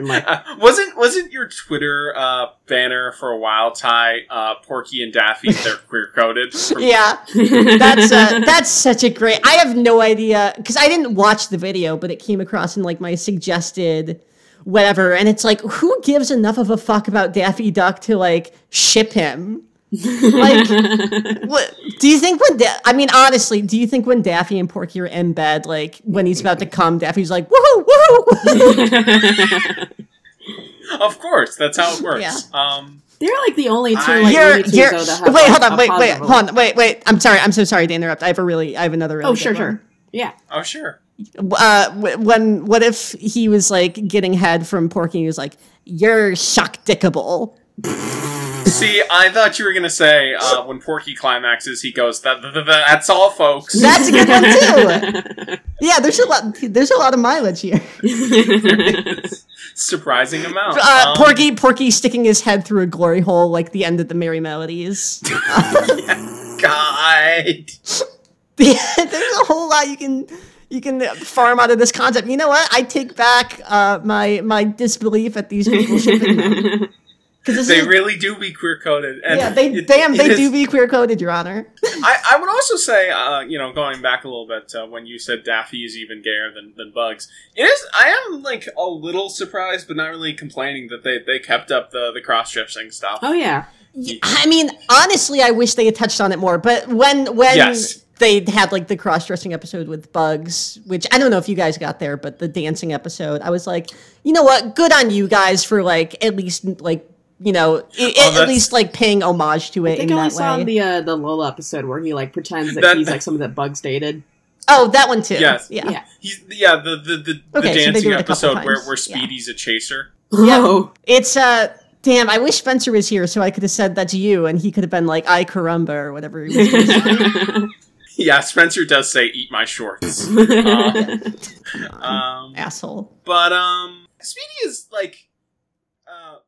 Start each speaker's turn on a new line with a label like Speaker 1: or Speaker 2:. Speaker 1: Like, uh, wasn't wasn't your Twitter uh, banner for a while, Ty? Uh, Porky and Daffy, they're queer coded. From-
Speaker 2: yeah, that's a, that's such a great. I have no idea because I didn't watch the video, but it came across in like my suggested whatever, and it's like, who gives enough of a fuck about Daffy Duck to like ship him? like, what do you think when? Da- I mean, honestly, do you think when Daffy and Porky are in bed, like when he's about to come, Daffy's like, woohoo, woohoo, woohoo.
Speaker 1: Of course, that's how it works.
Speaker 2: Yeah.
Speaker 1: Um,
Speaker 3: They're like the only two
Speaker 1: I-
Speaker 3: like
Speaker 2: you're,
Speaker 3: Looney Tunes,
Speaker 2: you're,
Speaker 3: though, that have
Speaker 2: wait,
Speaker 3: like,
Speaker 2: hold on,
Speaker 3: a
Speaker 2: wait, wait,
Speaker 3: positive-
Speaker 2: hold on, wait, wait. I'm sorry, I'm so sorry to interrupt. I have a really, I have another really.
Speaker 3: Oh,
Speaker 2: good
Speaker 3: sure,
Speaker 2: one.
Speaker 3: sure. Yeah.
Speaker 1: oh sure.
Speaker 2: uh, wh- when what if he was like getting head from Porky? and He was like, "You're shock dickable."
Speaker 1: See, I thought you were gonna say uh, when Porky climaxes, he goes, "That- that- that- "That's all, folks."
Speaker 2: That's a good one too. yeah, there's a lot. There's a lot of mileage here.
Speaker 1: Surprising amount.
Speaker 2: Uh,
Speaker 1: Um,
Speaker 2: Porky, Porky sticking his head through a glory hole like the end of the Merry Melodies.
Speaker 1: God.
Speaker 2: Yeah, there's a whole lot you can you can farm out of this concept. You know what? I take back uh, my my disbelief at these people shipping them because
Speaker 1: They really do be queer coded.
Speaker 2: yeah, they damn they do be queer coded, Your Honor.
Speaker 1: I, I would also say, uh, you know, going back a little bit uh, when you said Daffy is even gayer than, than Bugs, it is. I am like a little surprised, but not really complaining that they, they kept up the the cross dressing stuff.
Speaker 3: Oh yeah.
Speaker 2: Y- I mean, honestly, I wish they had touched on it more. But when when
Speaker 1: Yes.
Speaker 2: they had like the cross dressing episode with Bugs, which I don't know if you guys got there, but the dancing episode, I was like, you know what? Good on you guys for like at least like you know i- i- at
Speaker 1: Oh, that's-
Speaker 2: least like paying homage to it
Speaker 3: I think
Speaker 2: in
Speaker 3: I only
Speaker 2: that
Speaker 3: saw
Speaker 2: way.
Speaker 3: in the uh, the Lola episode where he like pretends that,
Speaker 1: That-
Speaker 3: he's like someone that Bugs dated.
Speaker 2: oh, that one too.
Speaker 1: Yes.
Speaker 2: Yeah.
Speaker 3: Yeah.
Speaker 1: He's yeah the the the, the
Speaker 2: Okay, so they
Speaker 1: dancing
Speaker 2: do it a couple
Speaker 1: episode where
Speaker 2: times.
Speaker 1: where
Speaker 2: Yeah.
Speaker 1: Speedy's a chaser.
Speaker 3: Whoa.
Speaker 2: It's uh damn. I wish Spencer was here so I could have said that to you, and he could have been like, "I caramba" or whatever. He was gonna say.
Speaker 1: Yeah, Spencer does say, "Eat my shorts."
Speaker 2: Mm-hmm.
Speaker 1: Uh, um,
Speaker 2: Asshole.
Speaker 1: But um, Speedy is like, uh,